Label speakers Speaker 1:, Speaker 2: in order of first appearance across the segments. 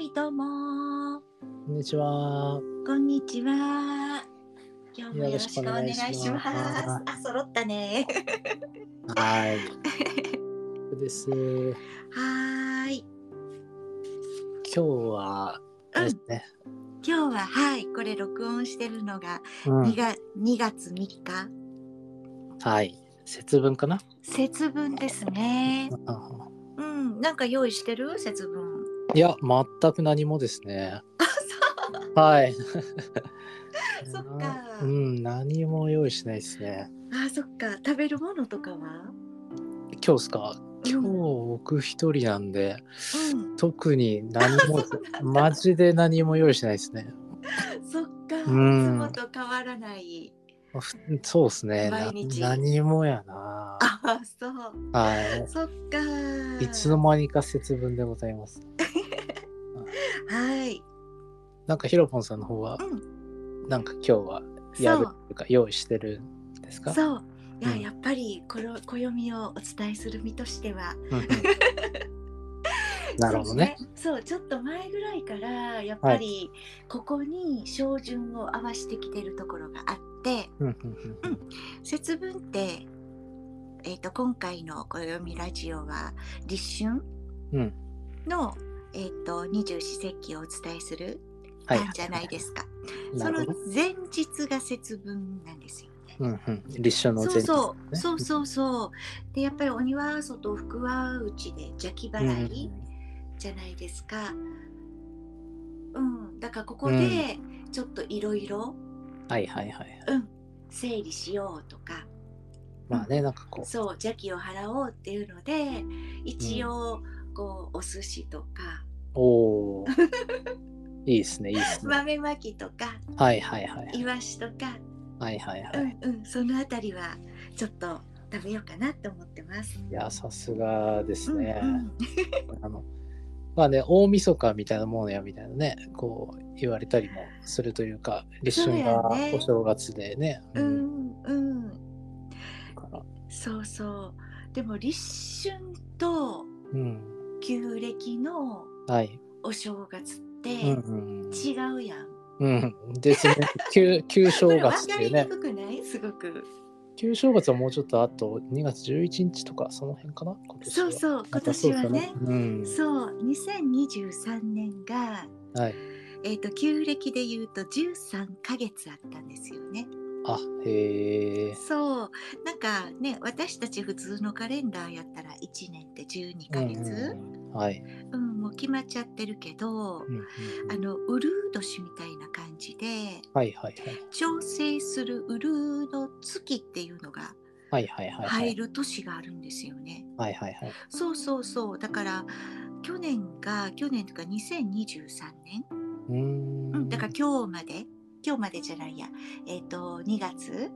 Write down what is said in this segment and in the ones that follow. Speaker 1: い、どうも。
Speaker 2: こんにちは。
Speaker 1: こんにちは。今日もよろしくお願い
Speaker 2: よろし
Speaker 1: しま
Speaker 2: くお願いします
Speaker 1: す。あ、揃ったね。
Speaker 2: はい。そうです。今
Speaker 1: はーい。
Speaker 2: 日は、あれですね。
Speaker 1: 今日は、はい、これ録音してるのが
Speaker 2: うん
Speaker 1: 2月、2月3日。
Speaker 2: はい。節分かな、
Speaker 1: 節分ですね。
Speaker 2: うん
Speaker 1: うん、なんか用意してる節分。
Speaker 2: いや、全く何もですね。 はい。
Speaker 1: そっか
Speaker 2: うん、何も用意しないですね。
Speaker 1: あ、そっか。食べるものとかは
Speaker 2: 今日ですか今日
Speaker 1: うん
Speaker 2: 僕一人なんで、
Speaker 1: う
Speaker 2: 特に何も、マジで何も用意しないですね。
Speaker 1: ん、そっか。いつ
Speaker 2: うん
Speaker 1: もと変わらない。
Speaker 2: ふそうですね。な
Speaker 1: 毎日
Speaker 2: 何もやな。
Speaker 1: あ、そう。
Speaker 2: はい。
Speaker 1: そっか。
Speaker 2: いつの間にか節分でございます。
Speaker 1: はい。
Speaker 2: なんかヒロポンさんの方は、
Speaker 1: う
Speaker 2: なんか今日はやるというか用意してるんですか
Speaker 1: そう。いや、
Speaker 2: うん
Speaker 1: やっぱりこの暦をお伝えする身としては
Speaker 2: う んうんなるほどね。
Speaker 1: そうそうちょっと前ぐらいからやっぱりここに照準を合わしてきてるところがあって
Speaker 2: うんうんうん
Speaker 1: 節分って、えー、と今回の「暦ラジオ」は立春
Speaker 2: うん
Speaker 1: の、えー、と二十四節気をお伝えする
Speaker 2: はい
Speaker 1: なんじゃないですか。
Speaker 2: な
Speaker 1: そ
Speaker 2: る
Speaker 1: の
Speaker 2: ほど
Speaker 1: 前日が節分なんですよ。
Speaker 2: うんうん立春の
Speaker 1: そう
Speaker 2: 前日
Speaker 1: そう
Speaker 2: ですね
Speaker 1: そうそうそうでやっぱり鬼は外福は内で邪気
Speaker 2: うん
Speaker 1: 払いじゃないですかうん、だからここ
Speaker 2: う
Speaker 1: でちょっといろいろ
Speaker 2: はいはいはい
Speaker 1: 整理しようとか、
Speaker 2: まあねなんかこ
Speaker 1: そう邪気を払おうっていうので一応こうお寿司とか
Speaker 2: うおお いいですねいいですね
Speaker 1: 豆まきとか
Speaker 2: はいはいはい
Speaker 1: イワシとか、
Speaker 2: はいはいは
Speaker 1: う
Speaker 2: い
Speaker 1: んうん、そのあたりはちょっと食べようかなと思ってます。
Speaker 2: いやさすがですね
Speaker 1: うんうん
Speaker 2: あのまあね大晦日みたいなものやみたいなねこう言われたりもするというか立春が
Speaker 1: そうやね
Speaker 2: お正月でね
Speaker 1: う
Speaker 2: うん
Speaker 1: んうん
Speaker 2: だから
Speaker 1: そうそうでも立春と
Speaker 2: うん
Speaker 1: 旧暦の
Speaker 2: はい
Speaker 1: お正月って
Speaker 2: うん
Speaker 1: 違うやん。
Speaker 2: うん、ですね。 旧旧
Speaker 1: こ
Speaker 2: 正
Speaker 1: れ分
Speaker 2: 月っ
Speaker 1: か
Speaker 2: てい
Speaker 1: り
Speaker 2: う
Speaker 1: に
Speaker 2: ね。
Speaker 1: くくないすごく。
Speaker 2: 旧正月はもうちょっとあと2月11日とかその辺かな今年
Speaker 1: そ
Speaker 2: は
Speaker 1: うそう今年はね。
Speaker 2: うん。
Speaker 1: そう2023年が、
Speaker 2: はい。
Speaker 1: えー、と旧暦で言うと13ヶ月あったんですよね。
Speaker 2: あへえ。
Speaker 1: そうなんかね私たち普通のカレンダーやったら1年って12ヶ月、
Speaker 2: うんはい。
Speaker 1: うんもう決まっちゃってるけど、
Speaker 2: うんうん
Speaker 1: あのうるう年みたいな感じで
Speaker 2: はいはい
Speaker 1: 調整するウルーの月っていうのが
Speaker 2: はい。はいはいはい。は
Speaker 1: 入
Speaker 2: い
Speaker 1: る年があるんですよね。
Speaker 2: はいはいはい。
Speaker 1: そうそうそうだから去年が去年とか2023年、
Speaker 2: うーん。
Speaker 1: うん、だから今日まで今日までじゃないやえっ、と2月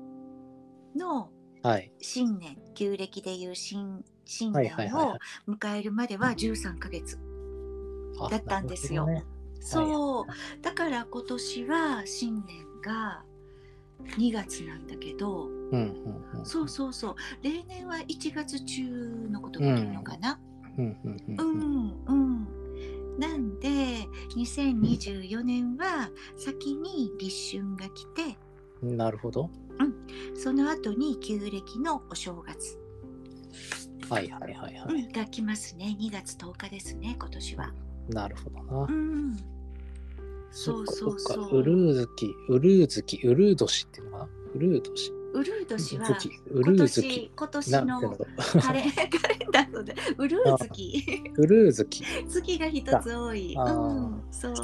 Speaker 1: の
Speaker 2: はい。
Speaker 1: 新年旧暦でいう新新
Speaker 2: はい
Speaker 1: 年
Speaker 2: はいはいは
Speaker 1: を迎えるまでは13ヶ月、
Speaker 2: あ
Speaker 1: だったんですよ
Speaker 2: なる
Speaker 1: そうだから今年は新年が2月なんだけど、
Speaker 2: ほどねうんうんうん。
Speaker 1: そうそうそう例年は1月中のことが多いのかな
Speaker 2: うんうん
Speaker 1: う
Speaker 2: うんうん。
Speaker 1: んうんなんで2024年は先に立春が来て
Speaker 2: なるほど。
Speaker 1: その後に旧暦のお正月
Speaker 2: はいはいはいは
Speaker 1: う
Speaker 2: い。
Speaker 1: んが来ますね2月10日ですね今年は
Speaker 2: なるほどな
Speaker 1: う。んそうそう
Speaker 2: そっか
Speaker 1: そ
Speaker 2: ウル
Speaker 1: う
Speaker 2: ー月、ウルー月、ウルー年っていうのかなウルー年。
Speaker 1: ウルー年は
Speaker 2: 月ウル
Speaker 1: 今
Speaker 2: ー月
Speaker 1: 年。今年
Speaker 2: なんていう
Speaker 1: の
Speaker 2: の
Speaker 1: カレン カレンダーのでウルー月
Speaker 2: ウルー月。
Speaker 1: 月が一つ多い
Speaker 2: あー
Speaker 1: うんそう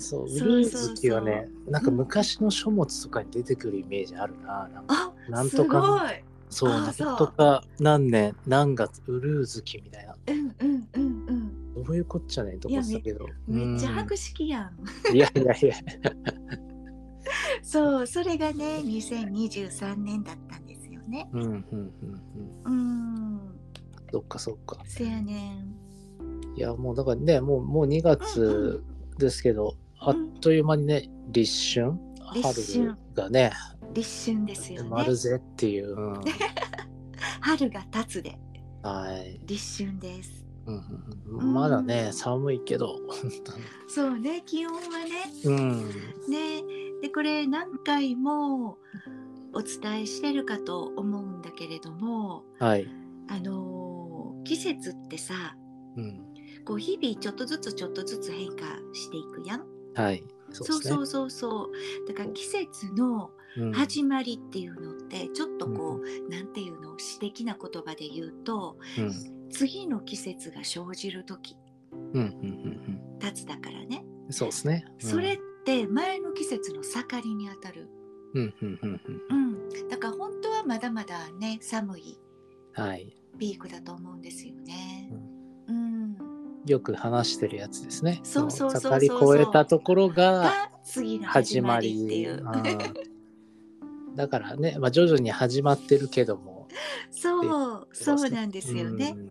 Speaker 2: そう、ウ
Speaker 1: そう
Speaker 2: ルー月は
Speaker 1: そう
Speaker 2: ね、なんか昔の書物とかに出てくるイメージあるな。なんか
Speaker 1: あ
Speaker 2: なんとかそう、
Speaker 1: あ
Speaker 2: な
Speaker 1: ー
Speaker 2: ん
Speaker 1: そう
Speaker 2: とか何年、何月、ウルー月みたいな。
Speaker 1: すごいうんうんうんうん
Speaker 2: どういうこっちゃねとこしたけど。
Speaker 1: めっちゃ
Speaker 2: うん
Speaker 1: 博識やん。
Speaker 2: いやいやいや。
Speaker 1: そう、それがね、2023年だったんですよね。
Speaker 2: うんうんうんうん。
Speaker 1: うーん、
Speaker 2: そっかそっか。
Speaker 1: せやねん。
Speaker 2: いや、もうだからね、もうもう2
Speaker 1: うんう
Speaker 2: 月ですけど、あっという間にね、立春。
Speaker 1: 立春
Speaker 2: 春がね、
Speaker 1: 立春ですよね
Speaker 2: ま。るぜ っていう。うん
Speaker 1: 春が経つで
Speaker 2: はい。
Speaker 1: 立春です。
Speaker 2: うんうんうんまだね、寒いけど、
Speaker 1: そうね気温はね
Speaker 2: うん、
Speaker 1: ねでこれ何回もお伝えしてるかと思うんだけれども
Speaker 2: はい、
Speaker 1: あのー季節ってさ
Speaker 2: うん、
Speaker 1: こう日々ちょっとずつちょっとずつ変化していくやん
Speaker 2: はい、そ
Speaker 1: そう,、
Speaker 2: うですね
Speaker 1: そう。そうそうだから季節の
Speaker 2: うん
Speaker 1: 始まりっていうのってちょっとこう、なんていうの詩的な言葉で言うと
Speaker 2: うん
Speaker 1: 次の季節が生じる時
Speaker 2: うんうんうん
Speaker 1: 経つだからね
Speaker 2: うんそうですね。うん
Speaker 1: それって前の季節の盛りにあたる、
Speaker 2: うんうんうんうん
Speaker 1: うん、だから本当はまだまだね寒い
Speaker 2: はい。
Speaker 1: ピークだと思うんですよね。うん、
Speaker 2: よく話してるやつですね。
Speaker 1: そうそうそうそう
Speaker 2: 盛り越えたところが
Speaker 1: が次の始
Speaker 2: 始ま
Speaker 1: まり
Speaker 2: り
Speaker 1: っていう。
Speaker 2: うんだからね、まあ、徐々に始まってるけども。
Speaker 1: そうそうなんですよね。
Speaker 2: うん。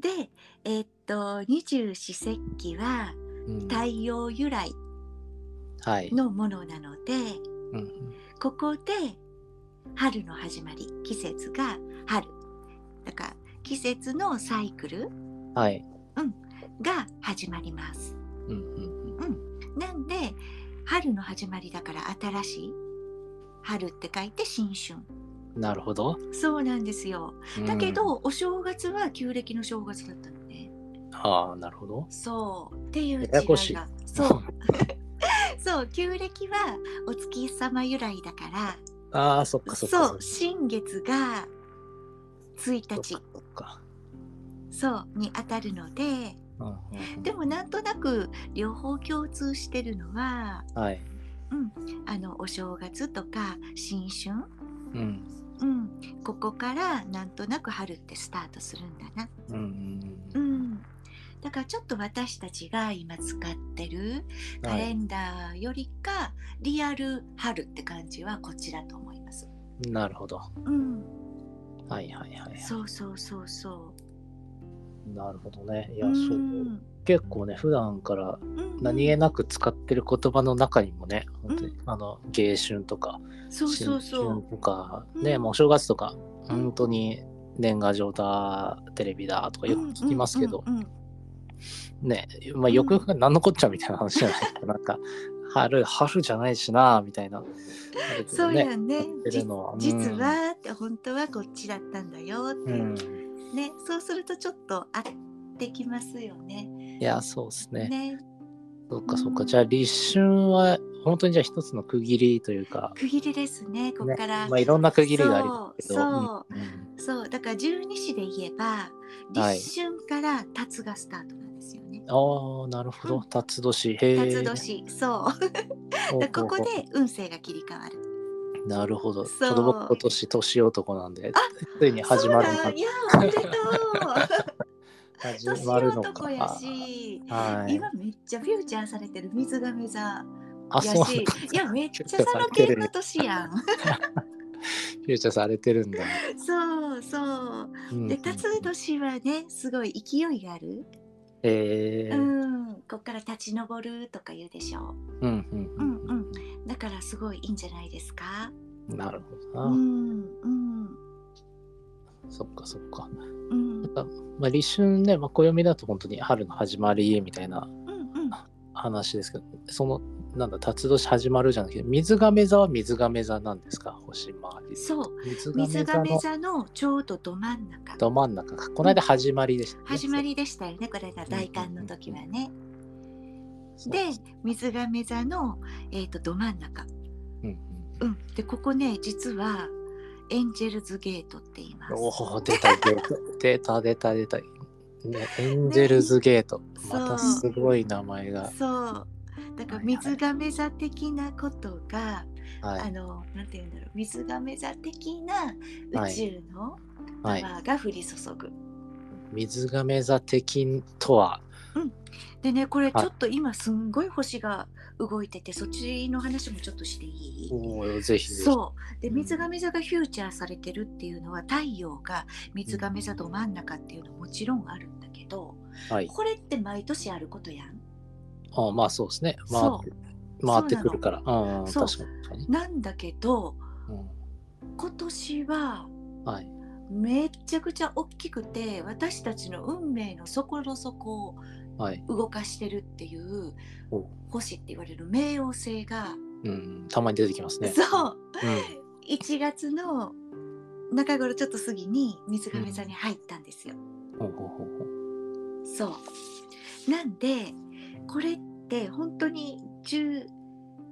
Speaker 1: でえっと二十四節気は
Speaker 2: うん
Speaker 1: 太陽由来
Speaker 2: はい。
Speaker 1: のものなので
Speaker 2: うん
Speaker 1: ここで春の始まり季節が春だから季節のサイクル
Speaker 2: はい。
Speaker 1: が始まります。
Speaker 2: うんうん
Speaker 1: なんで春の始まりだから新しい春って書いて新春
Speaker 2: うんなるほど。
Speaker 1: そうなんですよだけ
Speaker 2: うん
Speaker 1: ど、お正月は旧暦の正月だったのね
Speaker 2: ああ、なるほど。
Speaker 1: そうっていう違い
Speaker 2: ややこしい
Speaker 1: がそう そう旧暦はお月様由来だか
Speaker 2: ああ、そっ
Speaker 1: ら
Speaker 2: かそっか。
Speaker 1: そう新月が1
Speaker 2: そっ
Speaker 1: 日
Speaker 2: かそっか。
Speaker 1: そうに当たるので
Speaker 2: うんうんうん
Speaker 1: でもなんとなく両方共通してるのは
Speaker 2: はい。
Speaker 1: あのお正月とか新春
Speaker 2: うん。
Speaker 1: うん、ここからなんとなく春ってスタートするんだな。
Speaker 2: うんう
Speaker 1: うんん、だからちょっと私たちが今使ってる
Speaker 2: うん。
Speaker 1: カ
Speaker 2: は
Speaker 1: レ
Speaker 2: い。
Speaker 1: ンダーよりか、リアル春って感じはこっちだと思います。
Speaker 2: なるほど。
Speaker 1: うん、
Speaker 2: はいはいはい。
Speaker 1: そうそうそうそう。
Speaker 2: なるほどね。いや、
Speaker 1: う
Speaker 2: そうん結構ね、普段から何気なく使ってる言葉の中にもね、本当にあの迎春とか
Speaker 1: そうそうそう
Speaker 2: 春とか、
Speaker 1: うん
Speaker 2: ね、もうお正月とか、本当に年賀状だ、テレビだとかよく聞きますけど、
Speaker 1: うんうんうん
Speaker 2: ね、まあ、よくよく何のこっちゃみたいな話じゃないですか。なんか、春、春じゃないしな、みたいな。あるけ
Speaker 1: そ
Speaker 2: ど
Speaker 1: う
Speaker 2: ね
Speaker 1: やんね
Speaker 2: やってるのは
Speaker 1: じ実はって本当はこっちだったんだよって
Speaker 2: う
Speaker 1: い
Speaker 2: ん
Speaker 1: う、、ねそうするとちょっと合ってきますよね。
Speaker 2: いや、そうですね。
Speaker 1: ね
Speaker 2: そっかそっか。じゃあ、立春は、本当にじゃあ一つの区切りというか、
Speaker 1: 区切りですねここ
Speaker 2: ね
Speaker 1: から、
Speaker 2: まあ、いろんな区切りがありますけど。
Speaker 1: そう
Speaker 2: うんうん
Speaker 1: そうだから十二支で言えば
Speaker 2: はい
Speaker 1: 立春から辰がスタートなんですよね。
Speaker 2: ああ、なるほど。辰年。へえ。
Speaker 1: 辰年そう
Speaker 2: ほうほうほう。
Speaker 1: ここで運勢が切り替わる。
Speaker 2: なるほど。
Speaker 1: そう
Speaker 2: ちょうど僕今年年男なんで、ついに始まる
Speaker 1: そ
Speaker 2: の
Speaker 1: うだ
Speaker 2: か
Speaker 1: い。やおめでとう
Speaker 2: 始
Speaker 1: 年
Speaker 2: まるの
Speaker 1: 男
Speaker 2: か。
Speaker 1: やし、
Speaker 2: はい。
Speaker 1: 今めっちゃフューチャーされてる水亀座や
Speaker 2: あ、そうなん
Speaker 1: し
Speaker 2: だ。
Speaker 1: いやめっちゃその系の年やん。
Speaker 2: フューチャーされてるんだ。
Speaker 1: そうそう。
Speaker 2: うん
Speaker 1: で辰年はねすごい勢いがある。
Speaker 2: へえ。
Speaker 1: う
Speaker 2: うん
Speaker 1: んこっから立ち上るとか言うでしょう。
Speaker 2: うん
Speaker 1: うんうん、だからすごいいいんじゃないですか。
Speaker 2: うん。なるほ
Speaker 1: う
Speaker 2: ど
Speaker 1: ん
Speaker 2: な。
Speaker 1: うん
Speaker 2: そっかそっか。
Speaker 1: うん
Speaker 2: まあ立春ね、まあ暦だと本当に春の始まりみたいな
Speaker 1: うんうん。
Speaker 2: 話ですけど、そのなんだ辰年始まるじゃなくて、水亀座は水亀座なんですか、星回り。
Speaker 1: そう
Speaker 2: 水
Speaker 1: 水
Speaker 2: 亀座
Speaker 1: 亀
Speaker 2: の
Speaker 1: 座のちょうどど真ん中。
Speaker 2: ど真ん中か。この間始まりでした、ね。
Speaker 1: 始まりでしたよねこれが大寒の時はね。
Speaker 2: そう
Speaker 1: で、水亀座の、えー、とど真ん中、
Speaker 2: うんう
Speaker 1: う
Speaker 2: ん、
Speaker 1: ん、でここね実はエンジェルズゲートって言います。
Speaker 2: おお出た出た出た出た出た、ね、エンジェルズゲート、またすごい名前が、
Speaker 1: そうだから水亀座的なことが、
Speaker 2: は
Speaker 1: あ
Speaker 2: い
Speaker 1: のなんて言うんだろう水亀座的な宇宙のパ
Speaker 2: は
Speaker 1: ワ
Speaker 2: い、
Speaker 1: ーが降り注ぐ。
Speaker 2: 水亀座的とは
Speaker 1: でねこれち
Speaker 2: はい
Speaker 1: ょっと今すんごい星が動いててそっちの話もちょっとしていい
Speaker 2: おおぜひぜひ
Speaker 1: そうで水亀座がフューチャーされてるっていうのは太陽が水亀座ど真ん中っていうのはもちろんあるんだけど
Speaker 2: はい
Speaker 1: これって毎年あることやん。
Speaker 2: あまあそうですね回
Speaker 1: そ
Speaker 2: って回ってくるからうんうん
Speaker 1: そう
Speaker 2: 確かに確かに
Speaker 1: なんだけど
Speaker 2: うん
Speaker 1: 今年は
Speaker 2: はい
Speaker 1: めっちゃくちゃ大きくて私たちの運命の底の底を
Speaker 2: はい。
Speaker 1: 動かしてるっていう
Speaker 2: お
Speaker 1: 星って言われる冥王星が、
Speaker 2: うん、たまに出てきますね。
Speaker 1: そう
Speaker 2: うん。
Speaker 1: 1月の中頃ちょっと過ぎに水亀座に入ったんですよ。
Speaker 2: ほうほうほうほう。
Speaker 1: そうなんでこれって本当に10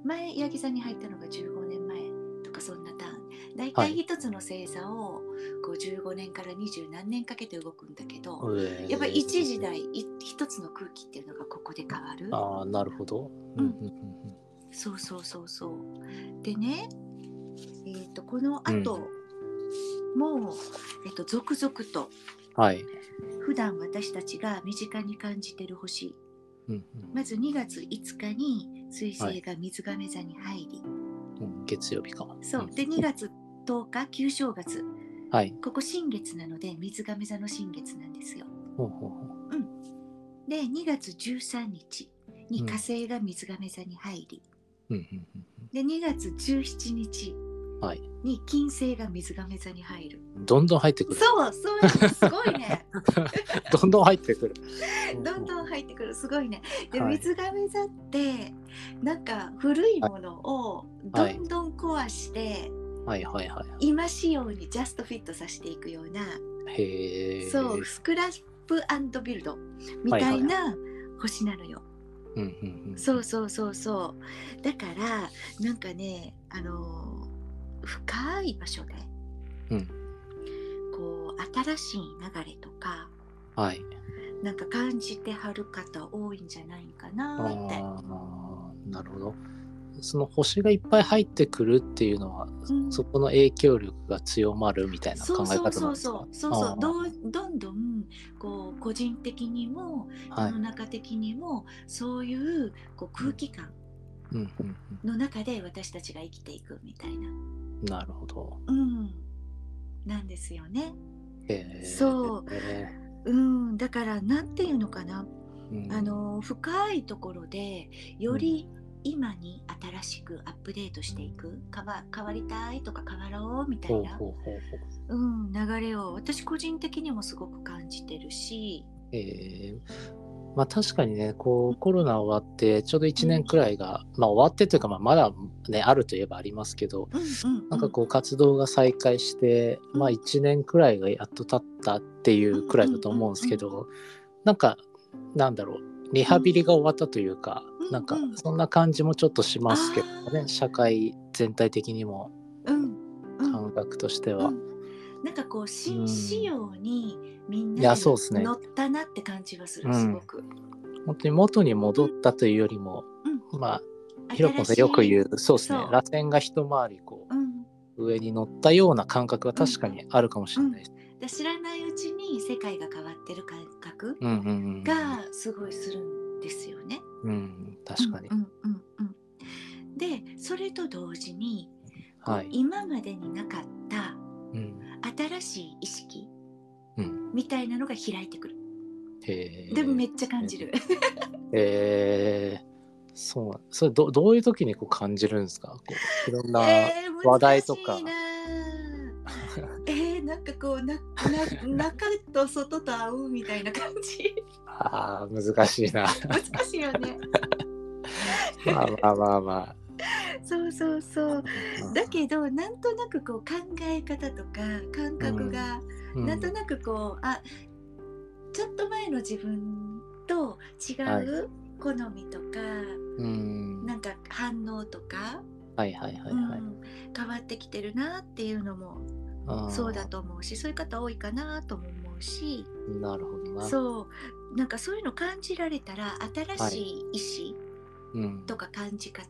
Speaker 1: 前八木さんに入ったのが15年前とかそんなターン大
Speaker 2: は
Speaker 1: 体
Speaker 2: い
Speaker 1: 一つの星座をこう15年から20何年かけて動くんだけど、
Speaker 2: えー
Speaker 1: やっぱり一時。代い一つの空気っていうのがここで変わる。
Speaker 2: ああ、なるほど。
Speaker 1: うん
Speaker 2: うんうん
Speaker 1: そうそうそうそう。でね、えー、とこの後、もう、えっと続々と
Speaker 2: うんはい。
Speaker 1: 普段私たちが身近に感じてる星
Speaker 2: うん
Speaker 1: まず2月5日に彗星が水亀座に入り、
Speaker 2: うんうん、月曜日か。
Speaker 1: そうで2月10日旧正月
Speaker 2: はい。
Speaker 1: ここ新月なので水亀座の新月なんですよ。
Speaker 2: ほうほうほ
Speaker 1: で2月13日に火星が水亀座に入り、
Speaker 2: う。うんうんうん
Speaker 1: で2月17日
Speaker 2: はい
Speaker 1: に金星が水亀座に入る。
Speaker 2: うん。どんどん入ってくる。
Speaker 1: そう、そういうのすごい ね。
Speaker 2: どんどん入ってくる。
Speaker 1: どん
Speaker 2: ん。
Speaker 1: どん入ってくる、すごいね。で、
Speaker 2: はい
Speaker 1: 水亀座って、なんか古いものをどんどん壊して、
Speaker 2: はいはいはいは
Speaker 1: 今仕様にジャストフィットさせていくような、
Speaker 2: い。へえ。
Speaker 1: そう、スクラップビルドみたいな星なのよ。
Speaker 2: うんうんうん。
Speaker 1: そうそうそうそう。だから、なんかね、あのー深い場所で、
Speaker 2: うん
Speaker 1: こう、新しい流れとか、
Speaker 2: はい。
Speaker 1: なんか感じてはる方多いんじゃないか
Speaker 2: あ
Speaker 1: なって。
Speaker 2: あ、なるほど。その星がいっぱい入ってくるっていうのは、
Speaker 1: うん
Speaker 2: そこの影響力が強まるみたいな
Speaker 1: そ
Speaker 2: 考
Speaker 1: う
Speaker 2: え
Speaker 1: そう
Speaker 2: 方な
Speaker 1: そ
Speaker 2: ん
Speaker 1: う
Speaker 2: ですか
Speaker 1: そうそうそ
Speaker 2: あ
Speaker 1: う
Speaker 2: ー
Speaker 1: どんどんどんこう個人的にも世
Speaker 2: はい
Speaker 1: の。中的にもそういうこう空気感
Speaker 2: うんうん
Speaker 1: の中で私たちが生きていくみたいな、
Speaker 2: うん。なるほど。
Speaker 1: うん、なんですよね。
Speaker 2: へえ。
Speaker 1: そう
Speaker 2: へ
Speaker 1: うん、だからなんていうのかな
Speaker 2: え。うん
Speaker 1: あ。の深いところでより今に新しくアップデートしていく変わ変わりたいとか変わろうみたい
Speaker 2: ほう
Speaker 1: な、
Speaker 2: ほうほうほう。
Speaker 1: うん、流れを私個人的にもすごく感じてるし、
Speaker 2: えーまあ確かにね、こうコロナ終わってちょうど1年くらいが、まあ終わってというか、まあ、まだね、あるといえばありますけど、
Speaker 1: うんうんうん、
Speaker 2: なんかこう活動が再開して、
Speaker 1: うん
Speaker 2: まあ1年くらいがやっと経ったっていうくらいだと思うんですけど、なんかなんだろうリハビリが終わったというか、
Speaker 1: うん
Speaker 2: なんか
Speaker 1: うん
Speaker 2: そんな感じもちょっとしますけどね、
Speaker 1: あー
Speaker 2: 社会全体的にも
Speaker 1: うんうん
Speaker 2: 感覚として
Speaker 1: う
Speaker 2: は。
Speaker 1: ん、なんかこう
Speaker 2: う
Speaker 1: 新
Speaker 2: ん
Speaker 1: 仕様にみん
Speaker 2: いや
Speaker 1: なで
Speaker 2: そうっすね
Speaker 1: 乗ったなって感じはする、
Speaker 2: うん
Speaker 1: すごく。
Speaker 2: 本当に元に戻ったというよりも、まあひろこさんよく言
Speaker 1: う。
Speaker 2: うそうですね
Speaker 1: そう
Speaker 2: 螺旋が一回りこ
Speaker 1: うん、
Speaker 2: う上に乗ったような感覚は確かにあるかもしれないです。
Speaker 1: で知らないうちに世界が変わってる感覚
Speaker 2: うんうんうん、
Speaker 1: がすごいするんですよね。
Speaker 2: うん、確かに、
Speaker 1: うんうんうんうん、でそれと同時に、こう
Speaker 2: はい、
Speaker 1: 今までになかった
Speaker 2: うん
Speaker 1: 新しい意識
Speaker 2: うん、
Speaker 1: みたいなのが開いてくる。
Speaker 2: へー
Speaker 1: でもめっちゃ感じる。
Speaker 2: えー、そうなんそれどどういう時にこう感じるんですかこういろんな、
Speaker 1: えー
Speaker 2: 話題とか
Speaker 1: 難しいなあえー、なんかこうな な中と外と合うみたいな感じ
Speaker 2: あー難しい な
Speaker 1: 難しいよね
Speaker 2: まあまあまあま
Speaker 1: そうそうそう
Speaker 2: あ
Speaker 1: だけどなんとなくこう考え方とか感覚が、
Speaker 2: うん
Speaker 1: なんとなくこうあちょっと前の自分と違
Speaker 2: はいう
Speaker 1: 好みとか、
Speaker 2: うん
Speaker 1: なんか反応とか、
Speaker 2: はいはいはいは
Speaker 1: う
Speaker 2: い、
Speaker 1: ん変わってきてるなっていうのも
Speaker 2: あー
Speaker 1: そうだと思うしそういう方多いかなとも思うし。
Speaker 2: なるほどな
Speaker 1: そうなんかそういうの感じられたら新しい意志
Speaker 2: う、ん、
Speaker 1: とか感じ方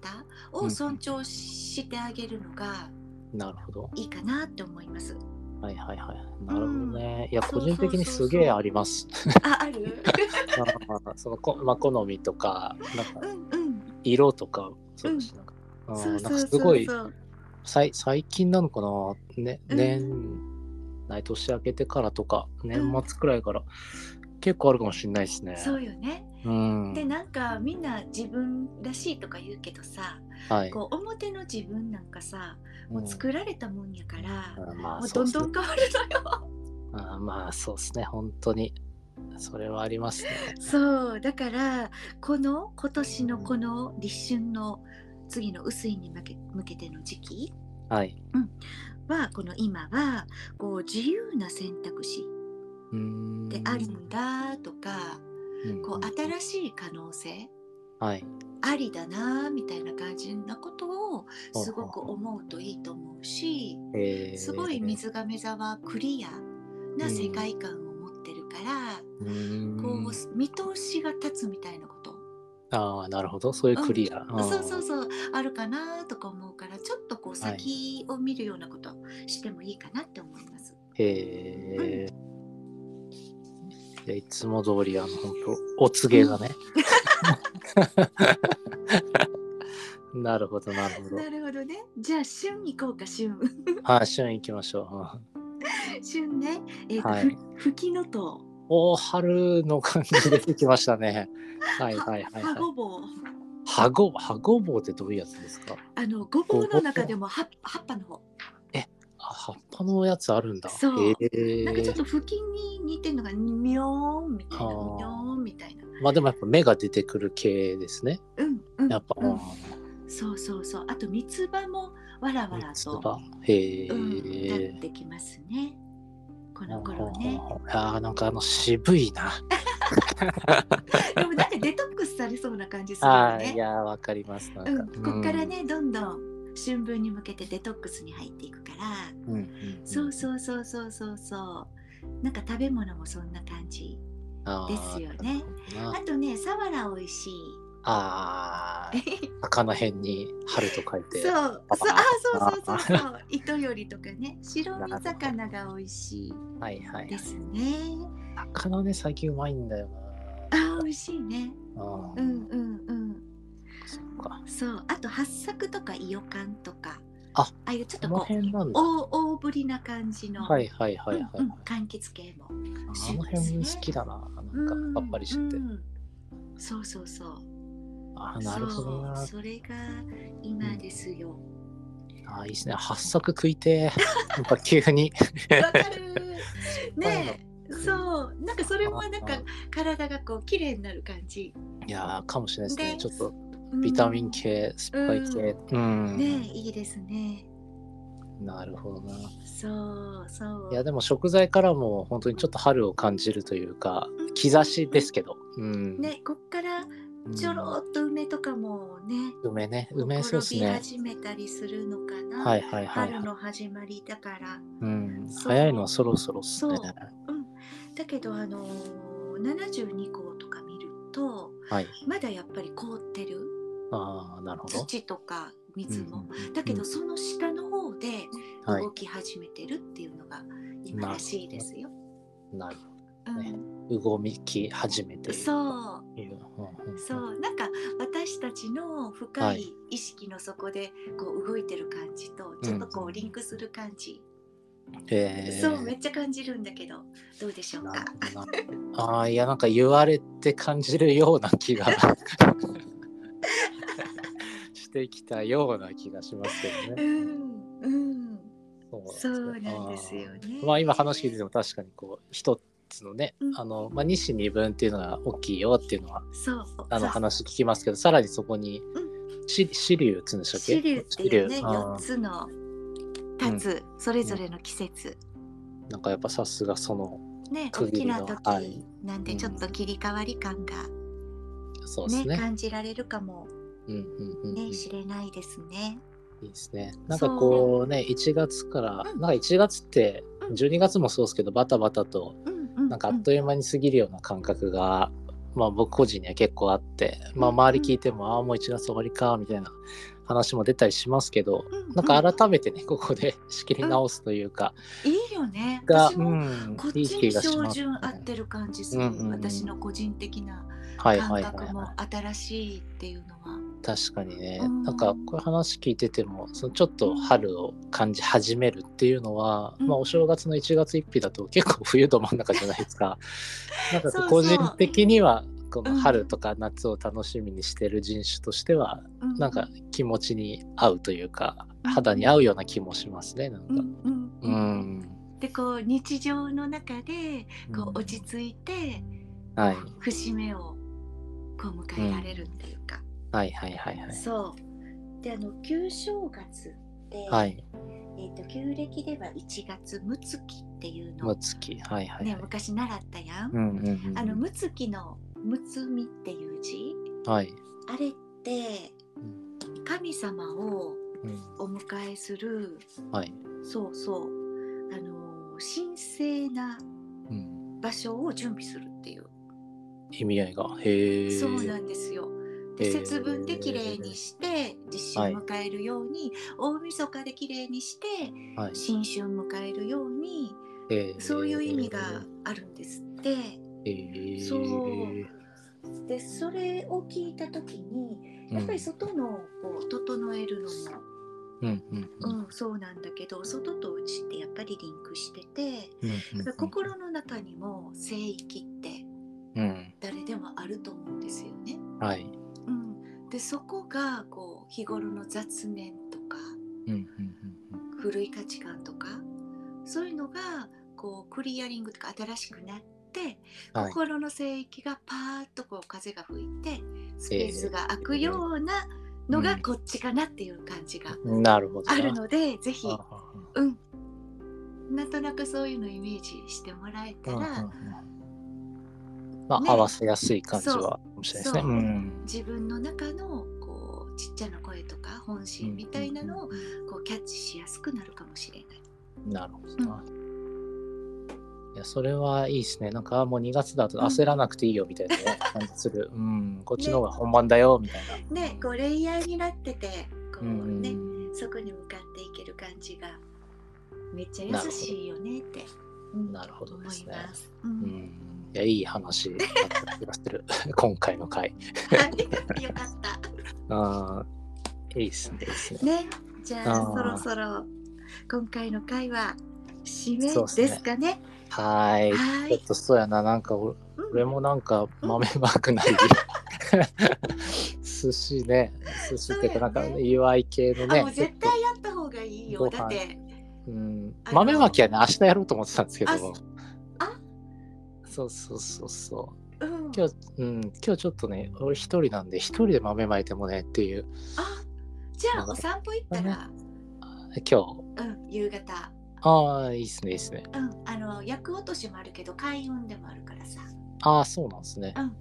Speaker 2: う
Speaker 1: を
Speaker 2: ん
Speaker 1: 尊重してあげるのが
Speaker 2: なるほど
Speaker 1: いいかなって思い ます。
Speaker 2: はいはいはいなるほどね、いや
Speaker 1: そう
Speaker 2: 個
Speaker 1: そう
Speaker 2: 人的に
Speaker 1: そうそう
Speaker 2: すげえあります
Speaker 1: あある
Speaker 2: あーそのこ、まあ、好みとかなん
Speaker 1: う
Speaker 2: か
Speaker 1: んうん
Speaker 2: 色とかそうだし、なんかあ
Speaker 1: そう
Speaker 2: ー
Speaker 1: そ
Speaker 2: なんか
Speaker 1: う
Speaker 2: す
Speaker 1: そ
Speaker 2: ご
Speaker 1: う
Speaker 2: い
Speaker 1: そう
Speaker 2: さい最近なのかな、ね、
Speaker 1: うん
Speaker 2: 年、内年明けてからとか年末くらいから、結構あるかもしれないですね。
Speaker 1: そうよね。
Speaker 2: うん、
Speaker 1: でなんかみんな自分らしいとか言うけどさ
Speaker 2: はい、
Speaker 1: こう表の自分なんかさもう
Speaker 2: うん
Speaker 1: 作られたもんやから、
Speaker 2: あーまあ
Speaker 1: もうど
Speaker 2: そうんです
Speaker 1: ど
Speaker 2: ね
Speaker 1: ん変わるのよ。
Speaker 2: や、まあそうですね、本当に。それはありますね。
Speaker 1: そうだからこの今年のこの立春の次の薄いに向け向けての時期
Speaker 2: はい。
Speaker 1: はこの今はこう自由な選択肢
Speaker 2: うーん
Speaker 1: であるんだとか、
Speaker 2: うん
Speaker 1: こう新しい可能性
Speaker 2: はい。
Speaker 1: ありだなみたいな感じなことをすごく思うといいと思うし
Speaker 2: えー
Speaker 1: すごい水亀座はクリアな世界観を持ってるから、
Speaker 2: うーん
Speaker 1: こう見通しが立つみたいなこと。
Speaker 2: ああ、なるほど。そういうクリア。あー
Speaker 1: そうそうそうあるかなとか思うからちょっとこう
Speaker 2: はい
Speaker 1: 先を見るようなことしてもいいかなって思います。
Speaker 2: へえ。いやいつも通り、あの、本当お告げ がね。なるほど、なるほど。
Speaker 1: なるほどねじゃあ旬行こうか旬
Speaker 2: はい、旬行きましょう。
Speaker 1: 旬ね、えーと
Speaker 2: はい
Speaker 1: ふ吹きのと
Speaker 2: うんおー春の感じ出てきましたね。はい
Speaker 1: は
Speaker 2: はいはい、は
Speaker 1: 葉
Speaker 2: い。
Speaker 1: ごぼう
Speaker 2: はご、はごぼうってどういうやつですか
Speaker 1: あのごぼうの中でも葉葉っぱの方
Speaker 2: あ葉っぱのやつあるんだ。
Speaker 1: そう
Speaker 2: へえ
Speaker 1: なんかちょっと吹きに似てるのがみょーんみたいなみ
Speaker 2: はあ
Speaker 1: ょーんみたいな
Speaker 2: まあでもやっぱ芽が出てくる系ですね。
Speaker 1: うんうん
Speaker 2: やっぱ。
Speaker 1: うん
Speaker 2: あ、
Speaker 1: そうそうそうあと三つ葉もわらわら
Speaker 2: ス
Speaker 1: と、
Speaker 2: ーパーへえ。
Speaker 1: うん、なってきますねこの頃ね
Speaker 2: ああなんかあの渋いな。
Speaker 1: でもなんかデトックスされそうな感じするよ
Speaker 2: ああい
Speaker 1: ね。
Speaker 2: やわかりますなん
Speaker 1: う
Speaker 2: か。
Speaker 1: ん、こっからね、どんどん春分に向けてデトックスに入っていくから、
Speaker 2: うん。うん
Speaker 1: そうそうそうそうそうそうなんか食べ物もそんな感じですよ。ね
Speaker 2: あーなるほど
Speaker 1: あ
Speaker 2: な
Speaker 1: とねさわら美味しい
Speaker 2: あー。赤の辺に春と書いて。
Speaker 1: そうそう
Speaker 2: パパ
Speaker 1: あそうそうそうそう糸よりとかね白身魚が美味し
Speaker 2: はいはいい
Speaker 1: で。すね
Speaker 2: 赤のね最近うまいんだよ
Speaker 1: あ美味しいね
Speaker 2: な。あ
Speaker 1: う
Speaker 2: ー
Speaker 1: んうんうん
Speaker 2: そっか。
Speaker 1: そうあと八作とかイオカンとか
Speaker 2: あ
Speaker 1: あいうちょっ
Speaker 2: ことの
Speaker 1: こう
Speaker 2: 辺なんだ。
Speaker 1: 大大ぶりな感じの、
Speaker 2: はいはいはいはい。
Speaker 1: うんうん柑橘系も
Speaker 2: あの辺も好きだな。なんかさっぱりしてて。
Speaker 1: うんうんそうそうそう
Speaker 2: あーなるほど
Speaker 1: そ
Speaker 2: な
Speaker 1: う。それが今ですよわ、
Speaker 2: あーいいですね。八作食い てー。なんか急に。
Speaker 1: か るねえそうなんかそれもなんか体がこう綺麗になる感じ、
Speaker 2: いやーかもしれないですね。
Speaker 1: で
Speaker 2: ちょっと
Speaker 1: うん
Speaker 2: ビタミン系、酸っぱい系。うん。
Speaker 1: ねえいいですね
Speaker 2: なるほどな。い
Speaker 1: そうそう
Speaker 2: やでも食材からも本当にちょっと春を感じるというか
Speaker 1: うん
Speaker 2: 兆しですけど。うん。
Speaker 1: ねこっからちょろっと梅とかもね、
Speaker 2: うん。梅ね。
Speaker 1: こ
Speaker 2: 梅
Speaker 1: う
Speaker 2: そうです
Speaker 1: 転び
Speaker 2: ね。
Speaker 1: 始めたりするのかな、
Speaker 2: はいはいはい
Speaker 1: 春
Speaker 2: はい。
Speaker 1: の始まりだから
Speaker 2: うん。
Speaker 1: そう
Speaker 2: 早いのはそろそろっすね。
Speaker 1: そうだけどあのー、72校とか見ると
Speaker 2: はい。
Speaker 1: まだやっぱり凍ってる
Speaker 2: ああなるほど。
Speaker 1: 土とか水も、
Speaker 2: うん
Speaker 1: だけ
Speaker 2: う
Speaker 1: ど
Speaker 2: ん
Speaker 1: その下の方で
Speaker 2: はい
Speaker 1: 動き始めてるっていうのが今らしいですよ。
Speaker 2: なるほ
Speaker 1: う
Speaker 2: ね
Speaker 1: ん、
Speaker 2: ど動き始めてる
Speaker 1: そう
Speaker 2: っていう。うんうん
Speaker 1: そうなんか私たちの深い意識の底でこう動いてる感じとちょっとこ
Speaker 2: う
Speaker 1: うんリンクする感じ、
Speaker 2: えー
Speaker 1: そうめっちゃ感じるんだけどどうでしょう
Speaker 2: な
Speaker 1: か
Speaker 2: るほどな。 ああ、いや、なんか言われて感じるような気 がしてきたような気がしますけど
Speaker 1: う
Speaker 2: ね。
Speaker 1: んうん
Speaker 2: そ
Speaker 1: そうなんですよね
Speaker 2: あーまあ、今話聞いてても確かにこう、一つのね、
Speaker 1: うん
Speaker 2: あの、まあ、二子二分っていうのが大きいよっていうのは、
Speaker 1: そう
Speaker 2: あ
Speaker 1: そう
Speaker 2: の話聞きますけど、さらにそこに、し支流っていうんでしたっけ
Speaker 1: シリュっていうね
Speaker 2: 支流
Speaker 1: 4
Speaker 2: あー
Speaker 1: つの立つ、それぞれの季節、
Speaker 2: なんかやっぱさすがその、
Speaker 1: ね大
Speaker 2: 区切
Speaker 1: き
Speaker 2: りの
Speaker 1: な
Speaker 2: はい
Speaker 1: 時なんでちょっと切り替わり感が
Speaker 2: そうです
Speaker 1: ね,、
Speaker 2: ね。
Speaker 1: 感じられるかも
Speaker 2: うんうんうんうん。
Speaker 1: ね、知れないですね。
Speaker 2: いいですね。なんかこうね、1月から、
Speaker 1: うん
Speaker 2: なんか1月って、
Speaker 1: うん
Speaker 2: 12月もそうですけど、バタバタと、
Speaker 1: うんうん
Speaker 2: なんかあっという間に過ぎるような感覚が、まあ僕個人には結構あって、まあ周り聞いても、ああ、もう1月終わりか、みたいな話も出たりしますけど、
Speaker 1: うん
Speaker 2: なん
Speaker 1: う
Speaker 2: か改めてね、ここで仕切り直すというか、
Speaker 1: いいよね。
Speaker 2: が、
Speaker 1: 私も
Speaker 2: ん
Speaker 1: こっち
Speaker 2: いい気
Speaker 1: に
Speaker 2: がし
Speaker 1: 照
Speaker 2: ますね
Speaker 1: 準合ってる感じする、
Speaker 2: うんうんうん
Speaker 1: 私の個人的な
Speaker 2: はいは
Speaker 1: 感
Speaker 2: いはい
Speaker 1: 覚も
Speaker 2: は
Speaker 1: 新しいっていうのは。
Speaker 2: い。確かにね、
Speaker 1: うん
Speaker 2: なんかこういう話聞いてても、そのちょっと春を感じ始めるっていうのは、
Speaker 1: うん
Speaker 2: まあお正月の1月1日だと結構冬ど真ん中じゃないで すか。なんかこ
Speaker 1: そう
Speaker 2: う
Speaker 1: そ
Speaker 2: 個
Speaker 1: う
Speaker 2: 人的には、こ
Speaker 1: う
Speaker 2: の
Speaker 1: ん
Speaker 2: 春とか夏を楽しみにしてる人種としては、
Speaker 1: う
Speaker 2: なんか気持ちに合うというか、
Speaker 1: うん
Speaker 2: 肌に合うような気もしますね、なん
Speaker 1: う
Speaker 2: か。
Speaker 1: んうん
Speaker 2: うん。
Speaker 1: でこう日常の中でこう落ち
Speaker 2: 着
Speaker 1: 着いて、
Speaker 2: はい
Speaker 1: 節目をこう迎えられるっていうか、
Speaker 2: はいはいはいはい
Speaker 1: そうであの旧正月って、
Speaker 2: はい
Speaker 1: えー、と旧暦では1月六月っていうのを
Speaker 2: む、つきはいはい
Speaker 1: ね
Speaker 2: はい
Speaker 1: 昔習ったやん。
Speaker 2: うんうんうん
Speaker 1: あの六月の六つみっていう字
Speaker 2: はい
Speaker 1: あれって神様を
Speaker 2: うん
Speaker 1: お迎えする
Speaker 2: はい
Speaker 1: そうそうあの神聖な
Speaker 2: うん
Speaker 1: 場所を準備するっていう、
Speaker 2: 意味合いがへえ
Speaker 1: そうなんですよ。で
Speaker 2: へー
Speaker 1: 節分で綺麗にして実春迎えるように、大晦日で綺麗にして
Speaker 2: はい
Speaker 1: 新春迎えるように
Speaker 2: へー
Speaker 1: そういう意味があるんですって。
Speaker 2: へー
Speaker 1: そうでそれを聞いた時にやっぱり外のこう整えるのも
Speaker 2: うんうんうん
Speaker 1: うん、そうなんだけど外と内ってやっぱりリンクしてて、
Speaker 2: うんうんうん
Speaker 1: 心の中にも聖域って
Speaker 2: うん
Speaker 1: 誰でもあると思うんですよね。
Speaker 2: はい
Speaker 1: うん、でそこがこう日頃の雑念とか
Speaker 2: うんうんうん
Speaker 1: 古い価値観とかそういうのがこうクリアリングとか新しくなって、
Speaker 2: うんはい
Speaker 1: 心の聖域がパーッとこう風が吹いてスペースが空くようなのが
Speaker 2: うん
Speaker 1: こっちかなっていう感じが
Speaker 2: なるほどな
Speaker 1: あるので、ぜひ
Speaker 2: あああ
Speaker 1: うん。なんとなくそういうのイメージしてもらえた
Speaker 2: うんうんう
Speaker 1: ら、
Speaker 2: んまあ、
Speaker 1: ね
Speaker 2: 合わせやすい感じはあるかもしれないですね。
Speaker 1: そう
Speaker 2: う
Speaker 1: 自分の中のこうちっちゃな声とか本心
Speaker 2: ん
Speaker 1: みたいなのを
Speaker 2: うんう
Speaker 1: こうキャッチしやすくなるかもしれない。
Speaker 2: んなるほどな。いやそれはいいですね。なんかあもう2月だと焦らなくていいよみたいなね感じする。うん、こっちの方が本番だよみたいな。
Speaker 1: ね、こうレイヤーになってて、こ
Speaker 2: う
Speaker 1: うん
Speaker 2: うん
Speaker 1: ね、
Speaker 2: うん
Speaker 1: そこに向かっていける感じがめっちゃ優しいよねって。うん
Speaker 2: なるほどですね
Speaker 1: 思います。うん
Speaker 2: うんいやいい話だった気がする 今回の回。
Speaker 1: はい、よかった。
Speaker 2: あーいいですね。いいっすね
Speaker 1: ね、じゃあ
Speaker 2: あー
Speaker 1: そろそろ今回の会は締め
Speaker 2: そうっすね
Speaker 1: ですかね。
Speaker 2: はーい。
Speaker 1: は
Speaker 2: ちょ
Speaker 1: い
Speaker 2: っ。とそうやな、なんか俺
Speaker 1: うん
Speaker 2: 俺もなんか豆まくない。寿司ね、寿司っていうかなんか
Speaker 1: そうやね
Speaker 2: 祝い系のね
Speaker 1: あもう、絶対やった方がいいよ
Speaker 2: ご飯
Speaker 1: だって
Speaker 2: うん
Speaker 1: あ、の
Speaker 2: 豆まきはね、明日やろうと思ってたんですけど
Speaker 1: あそ。あ
Speaker 2: そうそうそうそう。
Speaker 1: うん
Speaker 2: 今日、うん、今日ちょっとね、俺一人なんで、一人で豆まいてもねっていう、
Speaker 1: あじゃあお散歩行ったら、
Speaker 2: 今日。
Speaker 1: うん、夕方、
Speaker 2: ああ、いいっすね、いいっすね。
Speaker 1: うん、あの厄落としもあるけど開運でもあるからさ
Speaker 2: ああ、そうなんですね。
Speaker 1: うん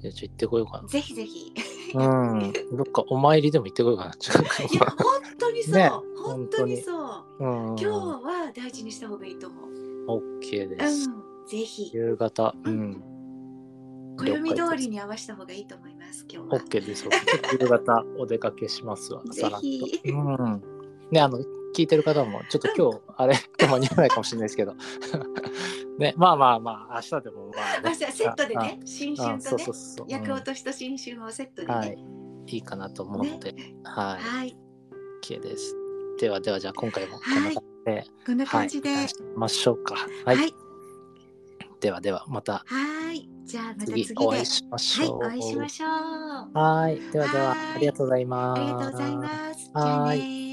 Speaker 2: じゃあ、ちょっと行ってこようか
Speaker 1: ぜひぜ ひい
Speaker 2: な。うん、どっかお参りでも行ってこようか な。ちょっ
Speaker 1: や本当にそう、
Speaker 2: ね
Speaker 1: 本当にそう
Speaker 2: とうん、
Speaker 1: 今日は大事にした方がいいと思う、う
Speaker 2: OK
Speaker 1: ん、
Speaker 2: です。
Speaker 1: ぜひ
Speaker 2: 夕方、う
Speaker 1: うん
Speaker 2: ん。
Speaker 1: 暦
Speaker 2: 了
Speaker 1: 通り
Speaker 2: 解です。
Speaker 1: に合わせた方がいいと思います今日は
Speaker 2: OK です。OK 夕方お出かけしますわ。
Speaker 1: ぜひ
Speaker 2: さらっと。うん。ね、あの、聞いてる方も、ちょっと今日、あれ、 間に合わないかもしれないですけど。 ね、まあまあまあ、明日でもまあ、
Speaker 1: あじゃあセットでね新
Speaker 2: あ。あ
Speaker 1: 春
Speaker 2: そ
Speaker 1: と
Speaker 2: う
Speaker 1: ね
Speaker 2: そうそう。うん
Speaker 1: 厄落としと新春をセットでね、
Speaker 2: はい。いいかなと思うので。はい。
Speaker 1: はい、
Speaker 2: OK です。ではでは、じゃあ今回もこんな感じで、
Speaker 1: こんな
Speaker 2: は
Speaker 1: 感
Speaker 2: い。
Speaker 1: じで、
Speaker 2: い、ましょうか。は。
Speaker 1: はいい、
Speaker 2: ではでは、また
Speaker 1: はい、じゃあまた次
Speaker 2: 次
Speaker 1: で。
Speaker 2: お会いしまし
Speaker 1: はい、
Speaker 2: ょ
Speaker 1: お
Speaker 2: う。
Speaker 1: 会いしましょう。
Speaker 2: はい。ではでは
Speaker 1: は、い
Speaker 2: ありがとうございま
Speaker 1: あ
Speaker 2: す。
Speaker 1: りがとうございます。じゃあ
Speaker 2: は
Speaker 1: ね
Speaker 2: い
Speaker 1: ー